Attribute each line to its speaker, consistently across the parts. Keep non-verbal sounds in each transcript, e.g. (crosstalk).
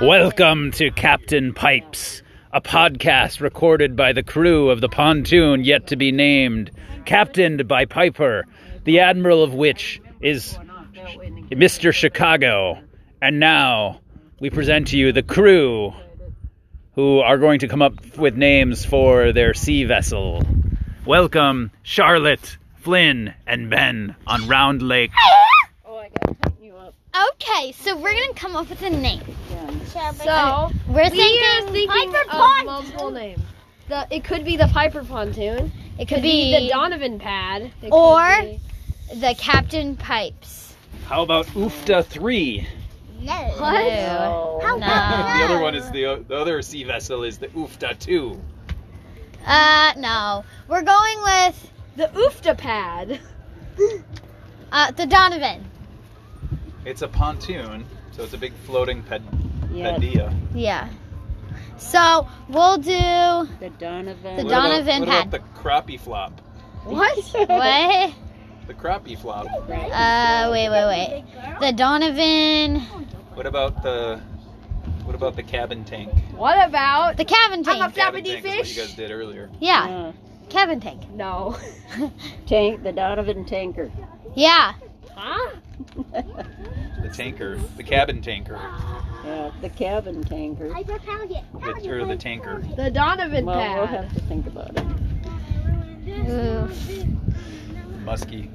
Speaker 1: Welcome to Captain Pipes, a podcast recorded by the crew of the pontoon yet to be named, captained by Piper, the admiral of which is Mr. Chicago. And now we present to you the crew who are going to come up with names for their sea vessel. Welcome, Charlotte, Flynn, and Ben on Round Lake.
Speaker 2: Oh, Okay, so we're gonna come up with a name.
Speaker 3: So
Speaker 2: We're
Speaker 3: we are
Speaker 2: thinking,
Speaker 3: thinking
Speaker 2: Piper
Speaker 3: of
Speaker 2: Pond.
Speaker 3: multiple names. The it could be the Piper pontoon. It could,
Speaker 2: could
Speaker 3: be,
Speaker 2: be-
Speaker 3: the Donovan pad. It could
Speaker 2: Or-
Speaker 3: be-
Speaker 2: the Captain Pipes.
Speaker 1: How about Oofta 3?
Speaker 2: No.
Speaker 3: What?
Speaker 2: How about
Speaker 1: The
Speaker 2: no?
Speaker 1: other one is the, the other sea vessel is the Oofta 2.
Speaker 2: Uh, no. We're going with
Speaker 3: the Oofta pad.
Speaker 2: uh the Donovan.
Speaker 1: It's a pontoon, so it's a big floating ped-
Speaker 4: Yeah,
Speaker 1: padilla.
Speaker 2: Yeah. So we'll do
Speaker 4: the Donovan.
Speaker 2: The
Speaker 1: what
Speaker 2: Donovan
Speaker 1: about,
Speaker 2: pad.
Speaker 1: What about the crappie flop?
Speaker 3: What?
Speaker 2: (laughs) what?
Speaker 1: The crappie flop.
Speaker 2: Uh, wait, wait, wait. The Donovan,
Speaker 1: What about the what about the cabin tank?
Speaker 3: What about
Speaker 2: the Cabin
Speaker 3: I'm a
Speaker 2: Tank.
Speaker 3: fa-
Speaker 1: Cabin
Speaker 3: Flappity
Speaker 1: tank is what you
Speaker 3: fish?
Speaker 1: guys did earlier.
Speaker 2: Yeah,
Speaker 4: Uh,
Speaker 2: Cabin Tank.
Speaker 3: no? (laughs)
Speaker 4: tank, the Donovan tanker. (laughs)
Speaker 2: Yeah.
Speaker 3: Huh?
Speaker 1: The tanker, the cabin tanker,
Speaker 4: Yeah, the cabin tanker.
Speaker 1: the, or the tanker.
Speaker 3: The Donovan
Speaker 4: Well, we'll
Speaker 3: pad.
Speaker 4: have to think about it.
Speaker 2: Oof.
Speaker 1: Muskie.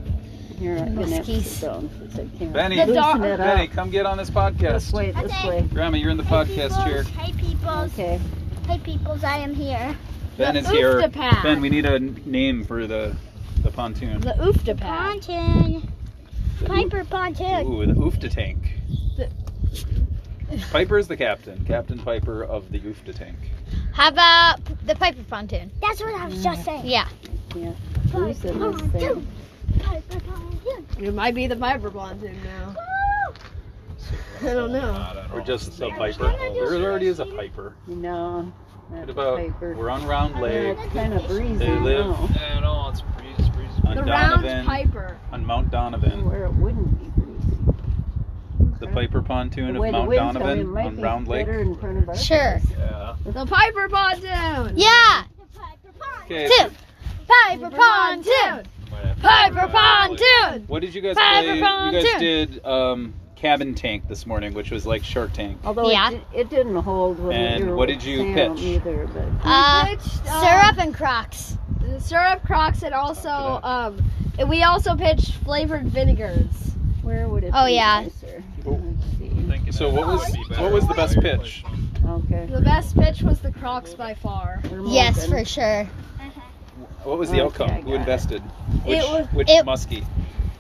Speaker 4: You're not gonna have to
Speaker 2: Muskies.
Speaker 4: sit down since I can't
Speaker 1: Benny,
Speaker 3: The dog-
Speaker 4: loosen it up.
Speaker 1: Benny, come get on this
Speaker 4: This
Speaker 1: podcast.
Speaker 4: way, this
Speaker 5: Okay.
Speaker 4: way.
Speaker 1: Grandma, you're in the podcast chair.
Speaker 5: Hey peoples.
Speaker 4: Okay.
Speaker 5: Hey peoples, I am here.
Speaker 1: Ben
Speaker 3: The
Speaker 1: is here.
Speaker 3: Oofta pad.
Speaker 1: Ben, we need a n- name for the the pontoon.
Speaker 3: The Oofta pad.
Speaker 5: Pontoon. Piper Pontoon.
Speaker 1: Ooh, the Oofta tank.
Speaker 3: The-
Speaker 1: Piper is the captain. Captain Piper of the Oofta tank.
Speaker 2: How about p- the Piper Pontoon?
Speaker 5: That's what I was just saying.
Speaker 2: Yeah.
Speaker 4: Who's in this thing?
Speaker 5: Piper Pontoon.
Speaker 3: It might be the Piper pontoon now. (laughs)
Speaker 5: Woo!
Speaker 3: I don't know.
Speaker 1: Or just the Piper. There already is a Piper.
Speaker 4: No. not
Speaker 1: What
Speaker 4: the
Speaker 1: about
Speaker 4: paper.
Speaker 1: we're on Round
Speaker 4: Yeah,
Speaker 1: Lake?
Speaker 4: It's kind of breezy
Speaker 1: They live
Speaker 4: now.
Speaker 6: Yeah, no, it's breeze, breeze.
Speaker 1: on
Speaker 3: The round
Speaker 1: Donovan,
Speaker 3: Piper.
Speaker 1: on Mount Donovan,
Speaker 4: Where it wouldn't be breezy.
Speaker 1: the Piper pontoon
Speaker 4: the
Speaker 1: of
Speaker 4: way
Speaker 1: Mount
Speaker 4: the wind's going, it
Speaker 1: Donovan
Speaker 4: might
Speaker 1: on
Speaker 4: be
Speaker 1: Round Lake.
Speaker 4: better in front of us.
Speaker 2: Sure.
Speaker 6: Yeah.
Speaker 3: The Piper pontoon.
Speaker 2: Yeah.
Speaker 1: Okay,
Speaker 2: Two. Piper
Speaker 3: Piper
Speaker 2: Pontoon.
Speaker 3: pontoon.
Speaker 2: Piper Pontoon.
Speaker 1: What did you guys
Speaker 2: Piper
Speaker 1: play? You
Speaker 2: pontoon.
Speaker 1: guys did um, Cabin Tank this morning, which was like Shark Tank.
Speaker 4: Although
Speaker 2: Yeah.
Speaker 4: it, did, it didn't hold when
Speaker 1: And
Speaker 4: we were
Speaker 1: what
Speaker 4: with
Speaker 1: did you
Speaker 4: Sam
Speaker 1: pitch?
Speaker 4: either, but
Speaker 2: Uh,
Speaker 3: We pitched, um,
Speaker 2: Syrup and Crocs.
Speaker 3: The syrup crocs and also um and we also pitched flavored vinegars.
Speaker 4: where would it
Speaker 2: Oh,
Speaker 4: be
Speaker 2: yeah.
Speaker 4: nicer?
Speaker 1: Oh.
Speaker 4: Let's see.
Speaker 1: So what was what was the best pitch?
Speaker 4: Okay.
Speaker 3: The best pitch was the crocs by far.
Speaker 4: We're
Speaker 2: Yes,
Speaker 4: moving.
Speaker 2: for sure.
Speaker 1: What was the
Speaker 4: Okay,
Speaker 1: outcome?
Speaker 4: I
Speaker 1: Who
Speaker 4: got it.
Speaker 1: invested? Which,
Speaker 3: was-
Speaker 1: which
Speaker 2: It-
Speaker 1: Muskie?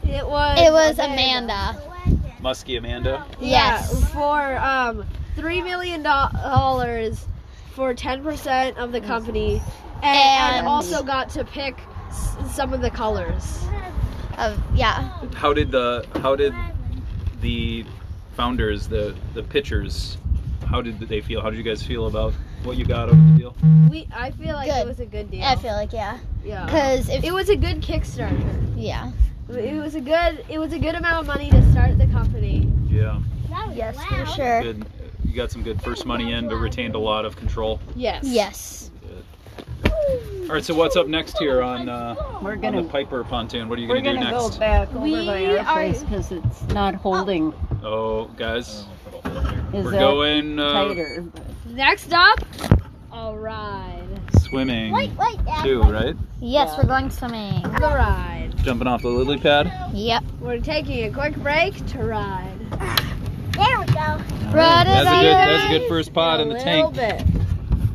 Speaker 3: It was
Speaker 2: It was Amanda.
Speaker 1: Muskie Amanda.
Speaker 2: Yes.
Speaker 3: Yeah, for um three million dollars for ten percent of the company and, and
Speaker 2: And-
Speaker 3: also got to pick s- some of the colors.
Speaker 2: Of yeah.
Speaker 1: How did the how did the founders the the pitchers? How did they feel? How did you guys feel about what you got over the deal?
Speaker 3: We I feel like
Speaker 2: Good.
Speaker 3: it was a good deal.
Speaker 2: I feel like yeah.
Speaker 3: yeah.
Speaker 2: Cause if
Speaker 3: It was a good Kickstarter.
Speaker 2: yeah.
Speaker 3: It was a good it was a good amount of money to start the company.
Speaker 6: Yeah,
Speaker 2: Yes, for sure.
Speaker 6: good. You got some good first money in, but retained a lot of control.
Speaker 3: Yes.
Speaker 2: Yes.
Speaker 6: All right, so what's up next here on uh,
Speaker 4: We're
Speaker 6: on
Speaker 4: gonna
Speaker 6: the Piper pontoon? What are you
Speaker 4: We're
Speaker 6: gonna do
Speaker 4: gonna go
Speaker 6: next?
Speaker 4: back over
Speaker 3: We
Speaker 4: by our
Speaker 3: are-
Speaker 4: place because it's not holding.
Speaker 6: Oh, guys,
Speaker 4: Is
Speaker 6: we're
Speaker 4: that
Speaker 6: going uh,
Speaker 4: tighter?
Speaker 3: Next up, a ride.
Speaker 6: swimming
Speaker 5: Wait, wait, Dad.
Speaker 6: too, right?
Speaker 2: Yes, we're going swimming.
Speaker 3: The ride.
Speaker 6: Jumping off the lily pad.
Speaker 2: Yep.
Speaker 3: We're taking a quick break to ride.
Speaker 5: There we go.
Speaker 2: Right
Speaker 6: That's a good. That's a good first pod in the
Speaker 3: a
Speaker 6: tank.
Speaker 3: little bit.